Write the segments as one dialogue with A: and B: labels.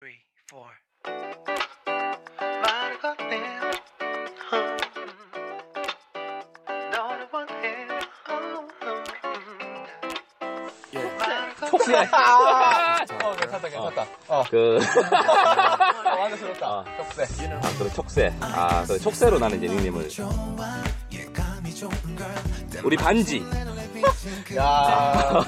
A: three, four. 말을 건네. 음. 너를 원해. 음, 음. 말을 건네.
B: 아, 어, 괜찮다, 괜찮다. 어,
C: 그,
B: 아, 완전 들었다.
C: 아.
B: 격세.
C: 아, 그리고 촉새. 아, 그 촉새로 나는 이제 닉네임을. 우리 반지.
D: 아,
B: 야.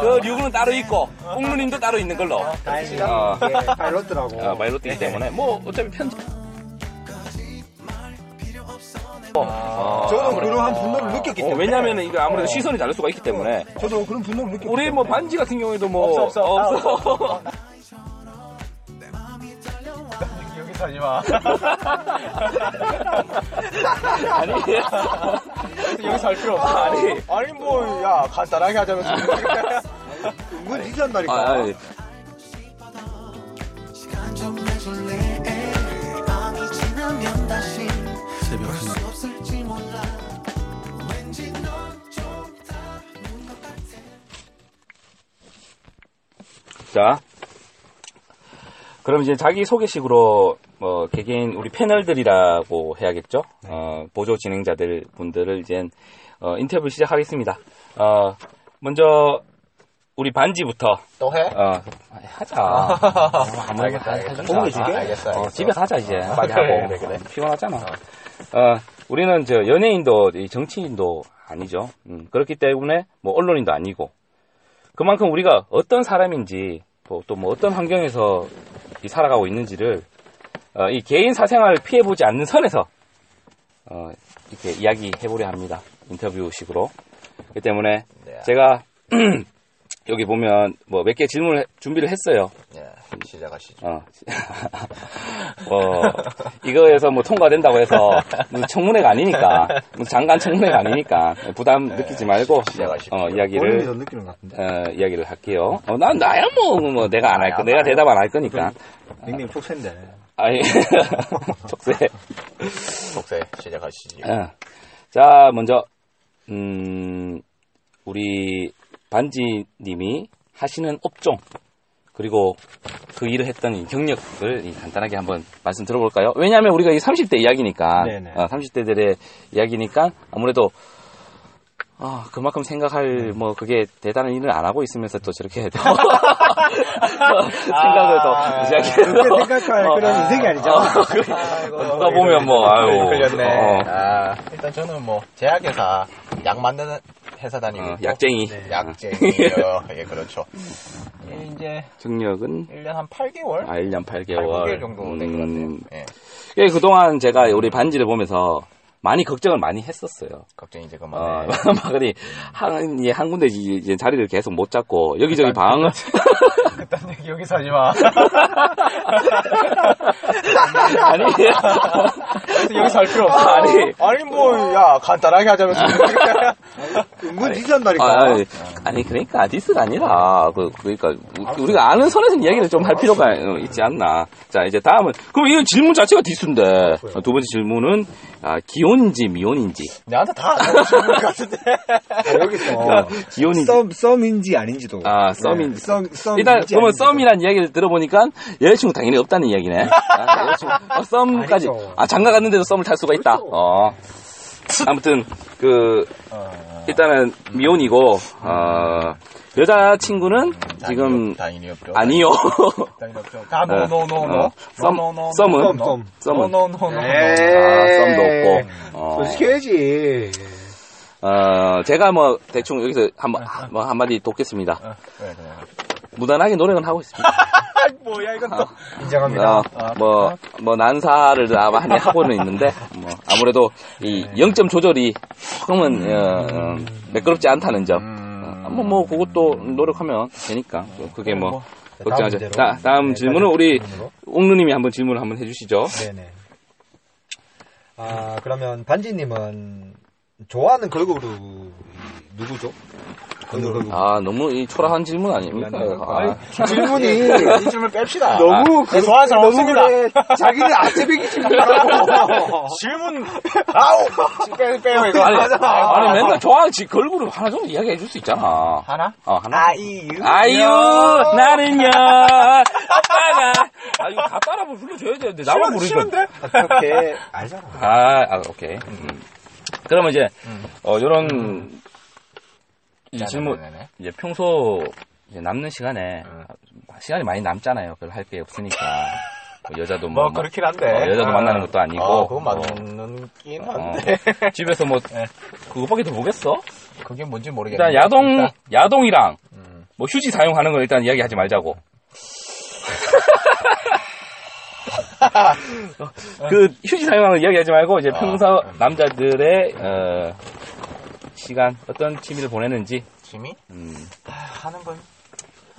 C: 그 류는 따로 있고, 꽁누님도 따로 있는 걸로.
D: 다행이다.
B: 어.
C: 아.
D: 예, 파일럿더라고.
C: 아, 마일로띠기 때문에. 뭐, 어차피 편집. 어,
D: 저는
C: 아무래도.
D: 그러한 분노를 느꼈기
C: 어,
D: 때문에.
C: 왜냐면은 이거 아무래도 시선이 다를 수가 있기 때문에.
D: 저도 그런 분노를 느꼈기
C: 우리 뭐 반지 같은 경우에도 뭐.
B: 없어, 없어. 아,
C: 없어.
D: 아,
B: 여기 사지 마.
C: 아니.
B: 여기 살 필요 없어.
C: 아니.
B: 아니, 뭐, 야, 간단하게 하자면서.
D: 은근
C: 아,
D: 희귀한다니까.
C: 아니. 자. 그럼 이제 자기소개식으로, 어, 개개인 우리 패널들이라고 해야겠죠? 어, 보조 진행자들 분들을 이제, 어, 인터뷰 시작하겠습니다. 어, 먼저, 우리 반지부터,
B: 또 해?
C: 어, 하자. 아무리
B: 아.
C: 해준다.
B: 알겠다, 알겠다. 알겠어, 알겠어,
C: 어,
B: 알겠어.
C: 집에 가자, 이제. 빨리
B: 그래,
C: 하고.
B: 그래, 그래.
C: 피곤하잖아. 어, 우리는 저 연예인도 이 정치인도 아니죠. 음, 그렇기 때문에 뭐 언론인도 아니고. 그만큼 우리가 어떤 사람인지 또 뭐 어떤 환경에서 이 살아가고 있는지를 어, 이 개인 사생활을 피해보지 않는 선에서 어, 이렇게 이야기해보려 합니다. 인터뷰식으로. 그렇기 때문에
B: 네.
C: 제가 여기 보면 뭐 몇 개 질문을 해- 준비를 했어요.
B: 예, 시작하시죠.
C: 어. 어, 이거에서 뭐 통과된다고 해서 무슨 청문회가 아니니까 무슨 장관 청문회가 아니니까 부담 느끼지 말고
B: 시작하십시오.
C: 어,
D: 본인이
C: 이야기를
D: 더 느끼는 것 같은데.
C: 어, 이야기를 할게요. 어, 난 나야 뭐, 뭐 내가 안 할 거, 내가 대답 안 할 거니까.
D: 닉네임 촉센데.
C: 아니, 족쇄.
B: 격세, 시작하시죠.
C: 어. 자, 먼저, 음, 우리 반지님이 하시는 업종, 그리고 그 일을 했던 이 경력을 이 간단하게 한번 말씀 들어볼까요? 왜냐하면 우리가 이 30대 이야기니까, 어,
D: 네네.
C: 30대들의 이야기니까 아무래도 아, 그만큼
D: 네.
C: 생각할, 뭐, 그게 대단한 일을 안 하고 있으면서 또 저렇게 또 생각을 또
B: 아,
C: 무지하게.
D: 그렇게 생각할 그런 인생이 아니죠.
C: 어, 그- 누가 보면 뭐, 아유.
B: 걸렸네.
C: 어.
B: 아, 일단 저는 뭐, 제약회사, 약 만드는 회사 다니고.
C: 어,
B: 있고.
C: 약쟁이.
B: 약쟁이요. 예, 그렇죠. 예, 이제,
C: 경력은
B: 1년 한 8개월?
C: 아, 1년 8개월.
B: 8개월 정도 된 것 같아요. 예.
C: 예, 그동안 제가 우리 반지를 보면서 많이 걱정을 많이 했었어요.
B: 걱정 이제
C: 어,
B: 그만해.
C: 막으니 한, 예, 한 군데 이- 이제 자리를 계속 못 잡고
B: 아,
C: 여기저기 방을
B: 네. 그딴 얘기 여기서 하지 마.
C: 아니
B: 여기서 할 필요 없어.
C: 아니.
B: 아니, 뭐, 야, 간단하게 하자면서.
D: 은근
B: 그러니까.
D: 희귀한다니까.
C: 아, 아니, 아니, 그러니까 디스가 아니라 그 그러니까 우- 우리가 아는 선에서 이야기를 좀 할 필요가 어, 있지 않나. 자 이제 다음은 그럼 이 질문 자체가 디스인데
B: 아,
C: 어, 두 번째 질문은 아, 기혼인지 미혼인지
B: 나한테 다 알려주는 것 같은데.
D: 여기서.
C: 어, 기혼인지
D: 그러니까 썸, 썸인지 아닌지도.
C: 아, 썸인지.
D: 네, 썸, 썸.
C: 일단 그러면 썸이란 이야기를 들어보니까 여자친구 당연히 없다는 이야기네. 아, 여자친구 어, 썸까지
D: 아니죠. 그렇죠.
C: 아 장가 갔는데도 썸을 탈 수가 있다. 어. 아무튼 그
D: 어.
C: 일단은 미혼이고 어, 여자친구는
D: 음,
C: 지금
B: 당연히 없죠.
C: 아니요.
B: 당연히 없죠. 다 아, 노노노노.
C: 어, 썸 썸은
D: 썸, 썸.
C: 썸은
B: 노노노노.
C: 아, 썸도 없고.
D: 네.
C: 어,
D: 솔직해야지.
C: 어, 제가 뭐 대충 여기서
D: 네.
C: 한번 뭐 한마디 돕겠습니다.
B: 네,
C: 무난하게 노력은 하고 있습니다.
B: 뭐야, 이건 또.
D: 인정합니다.
C: 어,
B: 아,
C: 뭐, 뭐, 난사를 아마 많이 하고는 있는데, 뭐, 아무래도 이 0점 조절이 조금은, 어, 어, 매끄럽지 않다는 점.
B: 음.
C: 어, 뭐, 뭐, 그것도 노력하면 되니까. 또 그게 뭐, 걱정하지.
D: 다음
C: 다, 다음
D: 네,
C: 질문은
D: 다음
C: 우리
D: 질문으로.
C: 옥누님이 한번 질문을 한번 해주시죠.
D: 네네. 아, 그러면 반지님은 좋아하는 걸그룹이 누구죠? 오늘
C: 아, 너무 이 초라한 질문 아닙니까? 아,
D: 질문이
B: 이 질문 뺍시다.
D: 너무 그,
B: 죄송한 사람
D: 너무
B: 없습니다.
D: 그래. 자기는 아재배기 질문하고
B: 질문 아우 지금 빼- 빼요 이거
C: 아니,
B: 하자.
C: 아니, 맨날 좋아하는 지 걸그룹 하나 정도 이야기해 줄 수 있잖아.
B: 하나
C: 어, 하나.
B: 아이유
C: 아이유, 나는요, 아빠가. 아유, 다 따라 뭐 불러줘야 되는데, 나만 부르니까.
B: 싫은데
D: 아, 그렇게 알잖아.
C: 아, 아, 오케이. 음. 그러면 이제,
B: 음.
C: 어, 요런, 이 질문,
B: 네네네.
C: 이제 평소 이제 남는 시간에 아,
B: 음.
C: 시간이 많이 남잖아요. 별 할 게 없으니까 뭐 여자도 뭐, 뭐,
B: 뭐 그렇긴 한데
C: 어, 여자도 만나는 것도 아니고
B: 아, 그건
C: 뭐,
B: 맞는 긴
C: 어,
B: 한데
C: 집에서 뭐
B: 네.
C: 그거밖에 더 보겠어?
B: 그게 뭔지 모르겠네
C: 일단 야동 야동이랑
B: 예, 음.
C: 뭐 휴지 사용하는 건 일단 이야기하지 말자고. 그 휴지 사용하는 건 이야기하지 말고 이제
B: 아,
C: 평소
B: 음.
C: 남자들의 어, 시간 어떤 취미를 보내는지
B: 취미
C: 음,
B: 아, 하는 건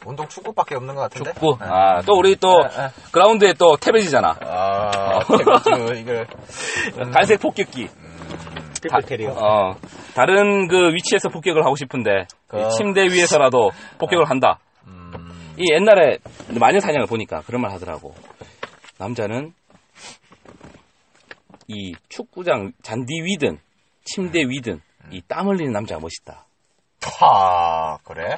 B: 운동 축구밖에 없는 것 같은데
C: 축구 아 또 우리 또
B: 아, 아.
C: 그라운드에 또 태베지잖아.
B: 아 태그즈 이걸 음,
C: 갈색 폭격기. 다-
D: 피플테리어.
C: 어, 다른 그 위치에서 폭격을 하고 싶은데
B: 그-
C: 이 침대 위에서라도 폭격을 한다.
B: 음,
C: 이 옛날에 마녀 사냥을 보니까 그런 말 하더라고. 남자는 이 축구장 잔디 위든 침대 위든 이 땀 흘리는 남자가 멋있다.
B: 하 아, 그래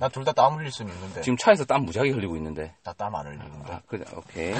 B: 나 둘 다 땀 흘릴 수는 있는데
C: 지금 차에서 땀 무지하게 흘리고 있는데.
B: 나 땀 안 흘리는데
C: 아, 그래, 오케이.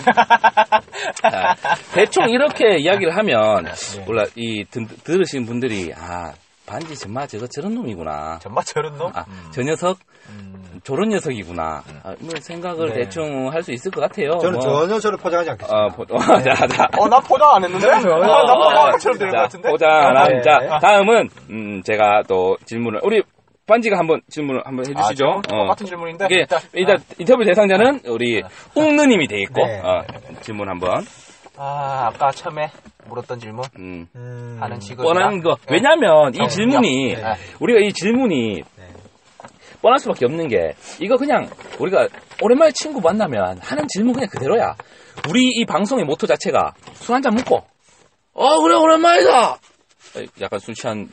C: 자, 대충 이렇게 이야기를 하면, 몰라, 이, 든- 들으신 분들이, 아, 반지 정말 저거 저런 놈이구나.
B: 정말 저런 놈
C: 아,
B: 음,
C: 저 녀석,
B: 음.
C: 저런 녀석이구나. 아, 뭐 생각을
B: 네.
C: 대충 할 수 있을 것 같아요.
D: 저는
C: 뭐,
D: 전혀 저를 포장하지 않겠습니다.
C: 어, 보, 어, 자, 자.
B: 어나 포장 안 했는데 네. 어, 나
C: 아,
B: 포장 안 처럼 되는 것
C: 자,
B: 같은데 아,
C: 보자.
D: 네.
C: 자, 다음은, 음, 제가 또 질문을, 우리 반지가 한번 질문을 한번 해주시죠.
B: 아, 지금
C: 어.
B: 똑같은 질문인데
C: 이게
B: 일단, 아.
C: 일단 인터뷰 대상자는 우리 웅느님이 돼 있고
D: 네.
C: 어, 질문 한번
B: 아, 아까 처음에 물었던 질문
C: 음,
D: 음,
B: 하는 식으로
C: 뻔한 거 왜냐하면 이 질문이
B: 네.
C: 우리가 이 질문이
D: 네.
C: 뻔할 수밖에 없는 게 이거 그냥 우리가 오랜만에 친구 만나면 하는 질문 그냥 그대로야 우리 이 방송의 모토 자체가 술 한잔 먹고 어 그래 오랜만이다 에, 약간 술 취한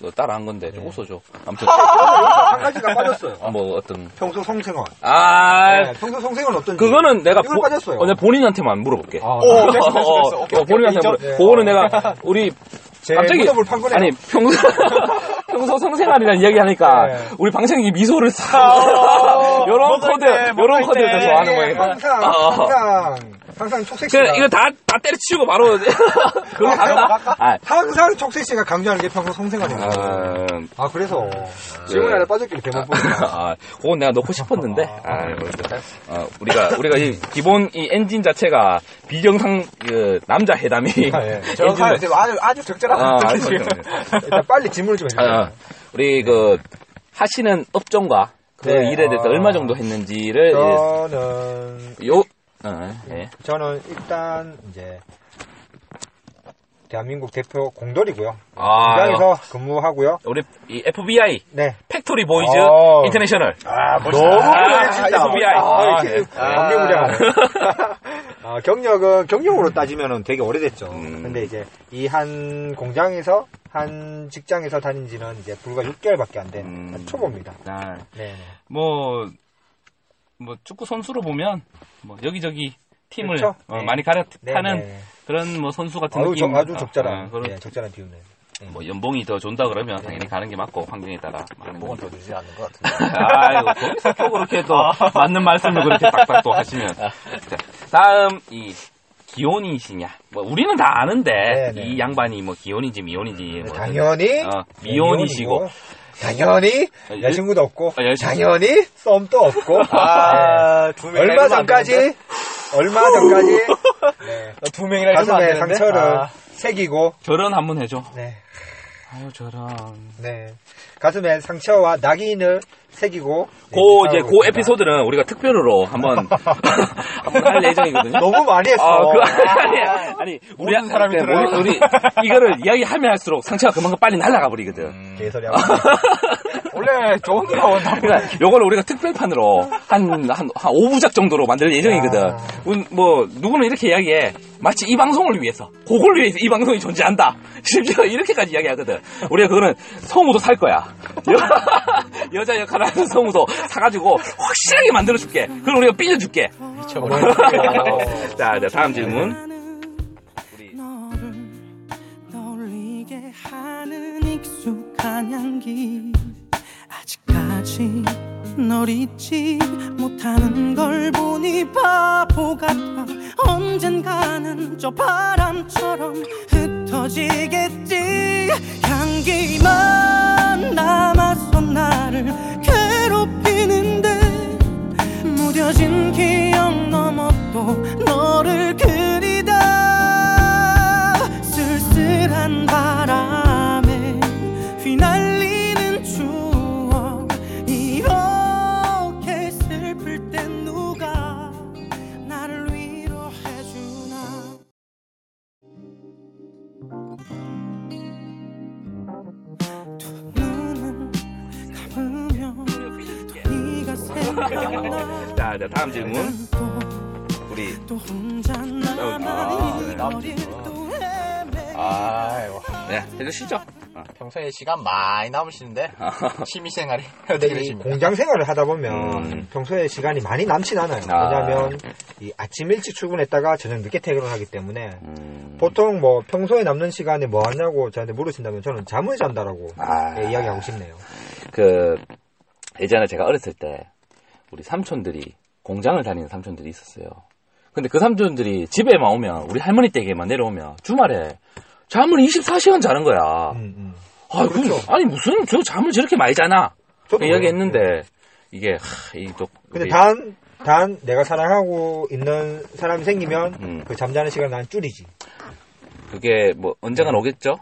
C: 거 따라 한 건데 좀 웃어줘 아무튼
D: 한 가지가 빠졌어요.
C: 뭐 어떤
D: 평소 성생활.
C: 아
D: 네, 평소 성생활 어떤지.
C: 그거는 내가
D: 이걸 빠졌어요.
C: 어, 내가 본인한테만 물어볼게
D: 아,
B: 오, 됐어, 됐어, 됐어. 오케이,
C: 어, 본인한테
B: 오케이,
C: 물어.
D: 이점.
C: 그거는 내가 우리
D: 제
C: 갑자기-
D: 무덤을 판 거네요.
C: 아니 평소 평소 성생활이란 이야기 하니까
D: 네.
C: 우리 방청객이 미소를 사 요런
B: 먹을
C: 코드
B: 때,
C: 요런
B: 먹을
C: 코드를
B: 때.
C: 좋아하는
D: 네,
C: 거예요.
D: 항상,
C: 어, 어.
D: 항상, 항상 촉색 씨가.
C: 그래 이거 다 다 때려치우고 바로 그걸로 간다. 아,
D: 항상 촉색 씨가 강조하는 게 평소 성생활입니다.
C: 음,
D: 아, 그래서. 질문 하나 빠졌길래 대만 보니까.
C: 네. 아, 그건 내가 넣고 싶었는데, 아, 어쨌든, 어, 우리가, 우리가 이 기본 이 엔진 자체가 비정상, 그, 남자 해담이.
D: 아, 예.
B: 저
C: 엔진을-
B: 는 아주 아주 적절한
C: 아,
B: 질문.
C: 알겠어요.
D: 일단 빨리 질문을 좀 해주세요.
C: 어, 우리 그, 하시는 업종과 그
D: 네,
C: 일에 대해서
D: 아.
C: 얼마 정도 했는지를,
D: 저는,
C: 예, 요, 어, 예.
D: 저는 일단, 이제, 대한민국 대표 공돌이고요.
C: 아,
D: 공장에서 근무하고요.
C: 우리 이 FBI,
D: 네.
C: 팩토리 보이즈
D: 아.
C: 인터내셔널.
D: 아, 멋있다. 너무
C: 아,
D: 그래, 진짜.
C: FBI. 아, 네.
D: 완벽무량하네. 아, 경력은, 경력으로 따지면 되게 오래됐죠.
C: 음.
D: 근데 이제, 이 한 공장에서, 한 직장에서 다닌 지는 이제 불과 6개월밖에 안 된
C: 음.
D: 초보입니다. 네.
C: 뭐, 뭐, 축구 선수로 보면, 뭐, 여기저기 팀을
D: 그렇죠?
C: 어,
D: 네.
C: 많이 가려
D: 네,
C: 타는
D: 네.
C: 그런 뭐 선수 같은
D: 아주,
C: 느낌.
D: 적- 아주
C: 아,
D: 적절한,
C: 아, 그런
D: 네, 적절한 네. 비유네.
C: 뭐 연봉이 더 준다 그러면 당연히 가는 게 맞고 환경에 따라. 많은
B: 목은
C: 거죠.
B: 더 늘지 않는 것 같은데.
C: 아이고 거기서 또 그렇게 또 맞는 말씀을 그렇게 딱딱 또 하시면. 자, 다음 이 기혼이시냐? 뭐 우리는 다 아는데
D: 네, 네.
C: 이 양반이 뭐 기혼인지 미혼인지 뭐
D: 당연히, 네,
C: 어, 미혼이시고
D: 당연히,
C: 아, 여-
D: 여자친구도 없고,
C: 아, 여자친구. 아,
D: 당연히, 썸도 없고, 네.
B: 두
D: 얼마 전까지 얼마 전까지 네,
B: 아, 두 명이나 이러면 안
D: 가슴에
B: 되는데.
D: 상처를
B: 아,
D: 새기고
C: 결혼 한번 해줘.
D: 네,
C: 아유 저런.
D: 네 가슴에 상처와 낙인을 새기고 네,
C: 그 이제 그
D: 살아가고 있습니다.
C: 에피소드는 우리가 특별으로 한번 한번 할 예정이거든요.
D: 너무 많이 했어
C: 아, 그, 아니, 아니, 우리,
B: 모든 사람이
C: 그러니까
B: 들어요.
C: 우리, 우리 이거를 이야기하면 할수록 상처가 그만큼 빨리 날아가 버리거든.
D: 음. 개소리하고
B: 원래 좋은 누나 온다.
C: 그러니까 요걸 우리가 특별판으로 한, 한, 한 5부작 정도로 만들 예정이거든.
D: 아.
C: 운- 뭐, 누구는 이렇게 이야기해. 마치 이 방송을 위해서, 그걸 위해서 이 방송이 존재한다. 심지어 이렇게까지 이야기하거든. 우리가 그거는 성우도 살 거야. 여자 역할 하는 성우도 사가지고 확실하게 만들어줄게. 그럼 우리가 삐져줄게. 자, 이제 아, 네, 다음 질문. 우리
E: 너를 떠올리게 하는 익숙한 향기 아직까지 널 잊지 못하는 걸 보니 바보 같아 언젠가는 저 바람처럼 흩어지겠지 향기만 남아서 나를 괴롭히는데 무뎌진 기억 넘어 또 너를 그리다 쓸쓸한 바람에 휘날리는 추억 이렇게 슬플 땐 누가 나를 위로해주나 두 눈을 감으며 또 네가 생각나
C: 자, 이제 다음 질문.
E: 또
C: 우리
E: 혼자 아, 남아 이 거리를 또 헤매
B: 아,
C: 네, 해주시죠.
B: 평소에 시간 많이 남으시는데
C: 아.
B: 취미생활이 어떻게
D: 근데 이
B: 되십니까?
D: 공장 생활을 하다 보면
C: 음.
D: 평소에 시간이 많이 남진 않아요.
C: 아.
D: 왜냐하면 이 아침 일찍 출근했다가 저녁 늦게 퇴근을 하기 때문에
C: 음,
D: 보통 뭐 평소에 남는 시간에 뭐 하냐고 저한테 물으신다면 저는 잠을 잔다라고
C: 아.
D: 예, 이야기하고 싶네요.
C: 그 예전에 제가 어렸을 때 우리 삼촌들이 공장을 다니는 삼촌들이 있었어요. 근데 그 삼촌들이 집에만 오면 우리 할머니 댁에만 내려오면 주말에 잠을 24시간 자는 거야.
D: 음, 음.
C: 아, 그,
D: 그렇죠.
C: 아니 무슨 저 잠을 저렇게 많이 자나?
D: 저도 예.
C: 이야기했는데 이게 하, 이또
D: 근데 단, 단 내가 사랑하고 있는 사람이 생기면
C: 음.
D: 그 잠자는 시간 난 줄이지.
C: 그게 뭐 언젠간 오겠죠?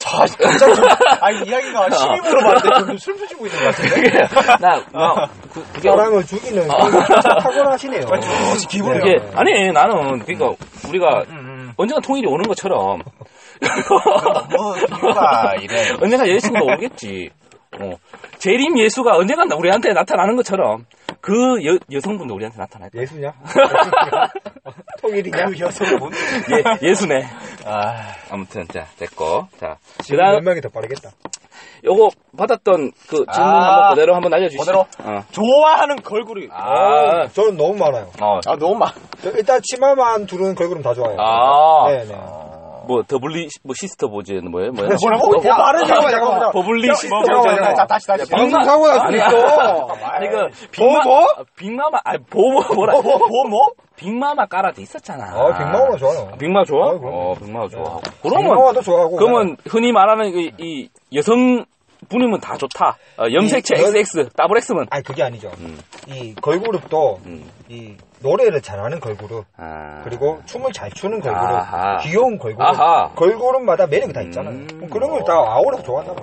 B: 자, 진짜 좀- 아니 이야기가 12부로 봤는데 좀 슬프지고 있는 것 같은데.
C: 그게 나, 나 그, 그게
D: 사랑을 죽이는
C: 아.
D: 진짜 탁월하시네요.
B: 아,
D: 예.
B: 기분이
C: 그게 아니 나는 그러니까 우리가
B: 음,
C: 언젠가 통일이 오는 것처럼
B: 뭐 이유가 이래.
C: 언젠가 예수가 오겠지. 어. 재림 예수가 언젠가 나- 우리한테 나타나는 것처럼 그 여, 여성분도 우리한테 나타날 거야.
D: 예수냐? 통일이냐?
B: 여성 그 뭔?
C: 예, 예수네.
B: 아,
C: 아무튼 자 됐고 자
D: 몇
C: 그다음
D: 명이 더 빠르겠다.
C: 요거 받았던 그 질문
B: 아,
C: 한번 그대로 한번 알려주시죠.
B: 그대로?
C: 어.
B: 좋아하는 걸그룹. 어,
C: 아,
D: 저는 너무 많아요.
C: 어.
B: 아 너무 많.
D: 저 일단 치마만 두른 걸그룹 다 좋아해요.
C: 아,
D: 네네. 네,
C: 뭐 더블리 뭐 시스터 보즈 뭐예요 뭐예요?
B: 뭐라고?
C: 어,
B: 야, 말을 좀
D: 잠깐만, 잠깐만.
B: 해봐.
C: 버블리 시스터
B: 잠깐만,
C: 보즈.
B: 잠깐만. 자, 다시 다시.
D: 방송 사고 나서 또.
C: 아니 그
B: 보모?
D: 뭐?
C: 빅마- 빅마마 아니 보모 뭐라
B: 뭐, 뭐, 뭐?
C: 빅마마 깔아도 있었잖아.
D: 아, 백마호가 좋아요.
C: 빅마 좋아?
D: 아, 그럼요.
C: 어, 빅마 좋아.
D: 백마호도
C: 그러면
D: 좋아하고.
C: 그러면 흔히 말하는 이, 이 여성 분이면 다 좋다. 어, 염색체
D: 이-
C: XX, 더블 X면.
D: 아니 그게 아니죠. 이 걸그룹도
C: 음.
D: 이 노래를 잘하는 걸그룹
C: 아.
D: 그리고 춤을 잘 추는 걸그룹
C: 아하.
D: 귀여운 걸그룹
C: 아하.
D: 걸그룹마다 매력이 다 있잖아요. 뭐
C: 음.
D: 그럼 그런 걸 다 아우라서 좋아한다고.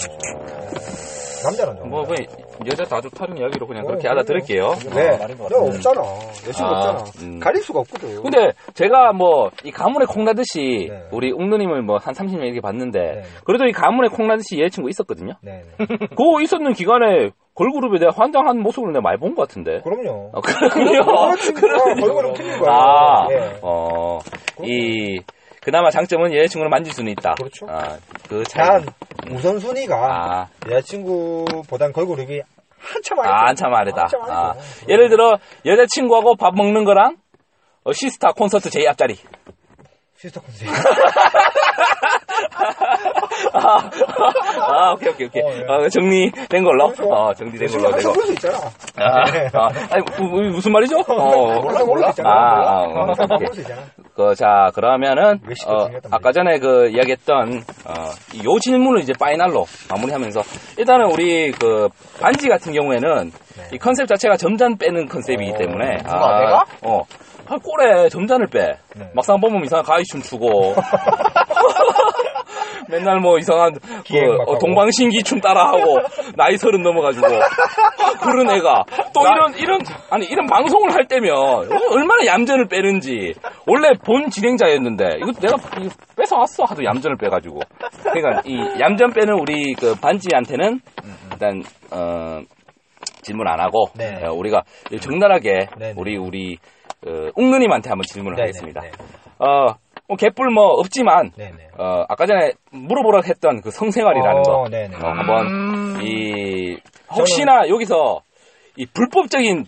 D: 남자는 좋아.
C: 뭐 그냥 여자 다 좋다는 이야기로 그냥
D: 어,
C: 그렇게
D: 그럼요.
C: 알아들을게요.
D: 왜?
B: 아, 말인 것
D: 내가 없잖아. 여친구
C: 아,
D: 없잖아.
C: 음.
D: 가릴 수가 없거든.
C: 근데 제가 뭐 이 가문의 콩나듯이
D: 네.
C: 우리 웅누님을 뭐 한 30년 이렇게 봤는데
D: 네.
C: 그래도 이 가문의 콩나듯이 여자친구 있었거든요.
D: 네.
C: 그거 있었는 기간에 걸그룹에 내가 환장한 모습을 내가 많이 본 것 같은데.
D: 그럼요.
C: 어, 그럼요.
D: 여자친구가 걸그룹 틀린 거야.
C: 아,
D: 예.
C: 어, 이, 그나마 장점은 여자친구를 만질 수는 있다.
D: 그렇죠.
C: 아, 그 차이.
D: 단 우선순위가
C: 아,
D: 여자친구보단 걸그룹이 한참 아래.
C: 아, 한참 아래다.
D: 한참
C: 아,
D: 아래죠.
C: 예를 들어, 여자친구하고 밥 먹는 거랑, 어, 시스타 콘서트 제일 앞자리.
D: 시스터 콘셉트.
C: 아, 아, 오케이, 오케이, 오케이.
D: 어, 예.
C: 어, 정리된 걸로.
D: 그렇죠. 예.
C: 어, 정리된 걸로.
D: 항상
C: 되고.
D: 그럴 수 있잖아.
C: 아, 아, 아니, 무- 무- 무슨 말이죠? 어,
D: 항상 그럴 수 있잖아.
C: 아, 아,
D: 항상
C: 오케이.
D: 그럴 수 있잖아. 네,
C: 그, 자, 그러면은,
D: 왜 시끄럽게
C: 어,
D: 생겼단
C: 아까 전에 그 이야기했던, 어, 이요 질문을 이제 파이널로 마무리하면서, 일단은 우리 그, 반지 같은 경우에는, 이 컨셉 자체가 점잔 빼는 컨셉이기 때문에,
B: 누가, 네. 내가?
C: 어. 아, 꼴에 점잔을 빼.
D: 네.
C: 막상 보면 이상한 가위춤 추고. 맨날 뭐 이상한 그,
D: 기행 막
C: 어,
D: 하고.
C: 동방신기 춤 따라하고 나이 서른 넘어가지고 그런 애가 또 이런 이런 아니 이런 방송을 할 때면 얼마나 얌전을 빼는지 원래 본 진행자였는데 이거 내가 이거 뺏어왔어 하도 얌전을 빼가지고 그러니까 이 얌전 빼는 우리 그
D: 음,
C: 반지한테는 일단 어, 질문 안 하고
D: 네.
C: 어, 우리가 정나하게
D: 네, 네.
C: 우리 우리 어, 웅누님한테 한번 질문을
D: 네,
C: 하겠습니다.
D: 네, 네.
C: 어, 뭐 개뿔 뭐 없지만
D: 네네.
C: 어, 아까 전에 물어보라 했던 그 성생활이라는 거
D: 어, 네네.
C: 어, 한번 이 혹시나 여기서 이 불법적인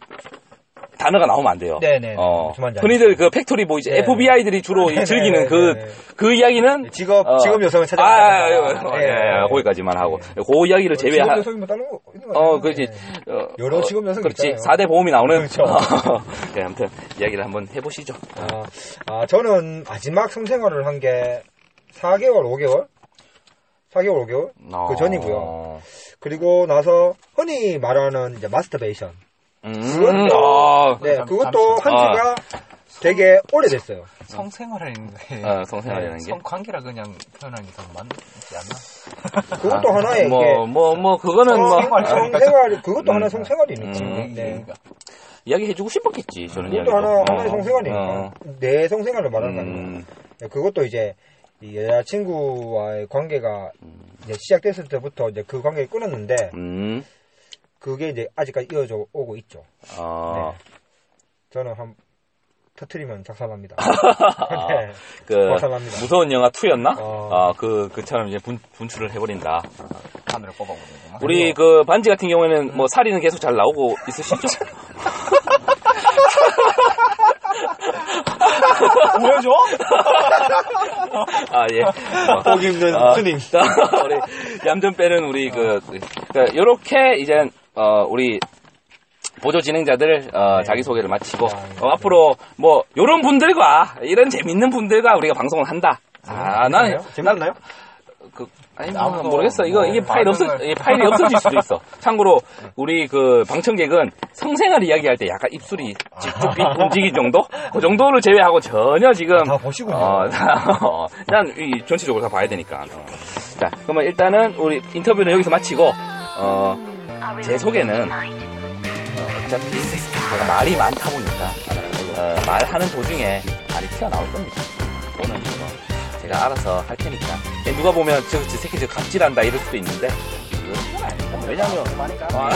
C: 단어가 나오면 안 돼요.
D: 네네.
C: 어,
D: 무슨 말인지
C: 흔히들 그 팩토리 보이지
D: 네.
C: FBI들이 주로 이
D: 네,
C: 즐기는
D: 네,
C: 그,
D: 네, 네.
C: 그 이야기는
D: 직업,
C: 어,
D: 직업 여성을
C: 아,
D: 찾아가는
C: 아, 아, 아,
D: 거다. 네.
C: 예, 예, 거기까지만 하고 그 이야기를
D: 직업
C: 제외한
D: 여성이 뭐 다른 거 있는 거 아니에요?
C: 어 그렇지
D: 네.
C: 어,
D: 여러
C: 어,
D: 직업 여성
C: 그렇지
D: 있잖아요.
C: 4대 보험이 나오는
D: 그렇죠.
C: 네, 아무튼 이야기를 한번 해보시죠.
D: 아, 아, 저는 마지막 성생활을 한 게 4개월, 5개월? 4개월, 5개월?
C: 어.
D: 그 전이고요. 그리고 나서 흔히 말하는 이제 마스터베이션.
C: 음,
D: 그건
C: 아,
D: 네,
B: 잠-
D: 그것도
B: 잠시-
D: 한 지가 되게 오래됐어요.
B: 성생활이라는
D: 네.
B: 게
C: 어, 성생활이라는 게.
B: 성관계라 그냥 표현하는 게 더 맞지 않나?
D: 그것도 하나의
C: 뭐,
D: 이게
C: 뭐, 뭐, 그거는 뭐,
B: 성생활.
C: 아,
D: 성생활, 그것도 하나의 성생활이니까.
C: 음,
D: 네.
C: 이야기해주고 싶었겠지, 저는 이야기.
D: 그것도 하나, 하나의 성생활이니까. 내 성생활을 말하는 거 아니에요.
C: 어. 음,
D: 네, 그것도 이제 이 여자친구와의 관계가 이제 시작됐을 때부터 이제 그 관계를 끊었는데
C: 음,
D: 그게 이제 아직까지 이어져 오고 있죠.
C: 어,
D: 네. 저는 한 터트리면 작살납니다.
C: 아,
D: 네.
C: 그,
D: 박살납니다.
C: 무서운 영화 2였나?
D: 어.
C: 아, 그, 그처럼 이제 분, 분출을 해버린다.
B: 하늘을 뽑아보는 거.
C: 우리 그 반지 같은 경우에는 뭐 살이는 계속 잘 나오고 있으시죠?
B: 보여줘?
C: 아, 예. 어,
D: 보기 힘든
C: 아,
D: 스님.
C: 자, 우리 얌전 빼는 우리 그, 그 요렇게 이제 어, 우리 보조 진행자들 어, 자기 소개를 마치고 어, 앞으로 뭐 요런 분들과 이런 재밌는 분들과 우리가 방송을 한다. 아, 나는
D: 재밌나요?
C: 그 아니 뭐
B: 아무도
C: 모르겠어. 이거
B: 뭐
C: 이게 파일 없어
B: 반응을-
C: 이 파일이 없어질 수도 있어. 참고로 우리 그 방청객은 성생활 이야기할 때 약간 입술이 쭉쭉 움직일 정도? 그 정도를 제외하고 전혀 지금
D: 다 보시군요.
C: 어, 다- 어, 난이 전체적으로 다 봐야 되니까. 어. 자, 그러면 일단은 우리 인터뷰는 여기서 마치고 어, 제 소개는 어, 어차피 제가 말이 많다 보니까 어, 말하는 도중에 말이 튀어나올 겁니다. 그거는 뭐 제가 알아서 할 테니까 얘 누가 보면 저, 저 새끼 저 어, 갑질한다 이럴 수도 있는데 그건 아니다. 왜냐면 아,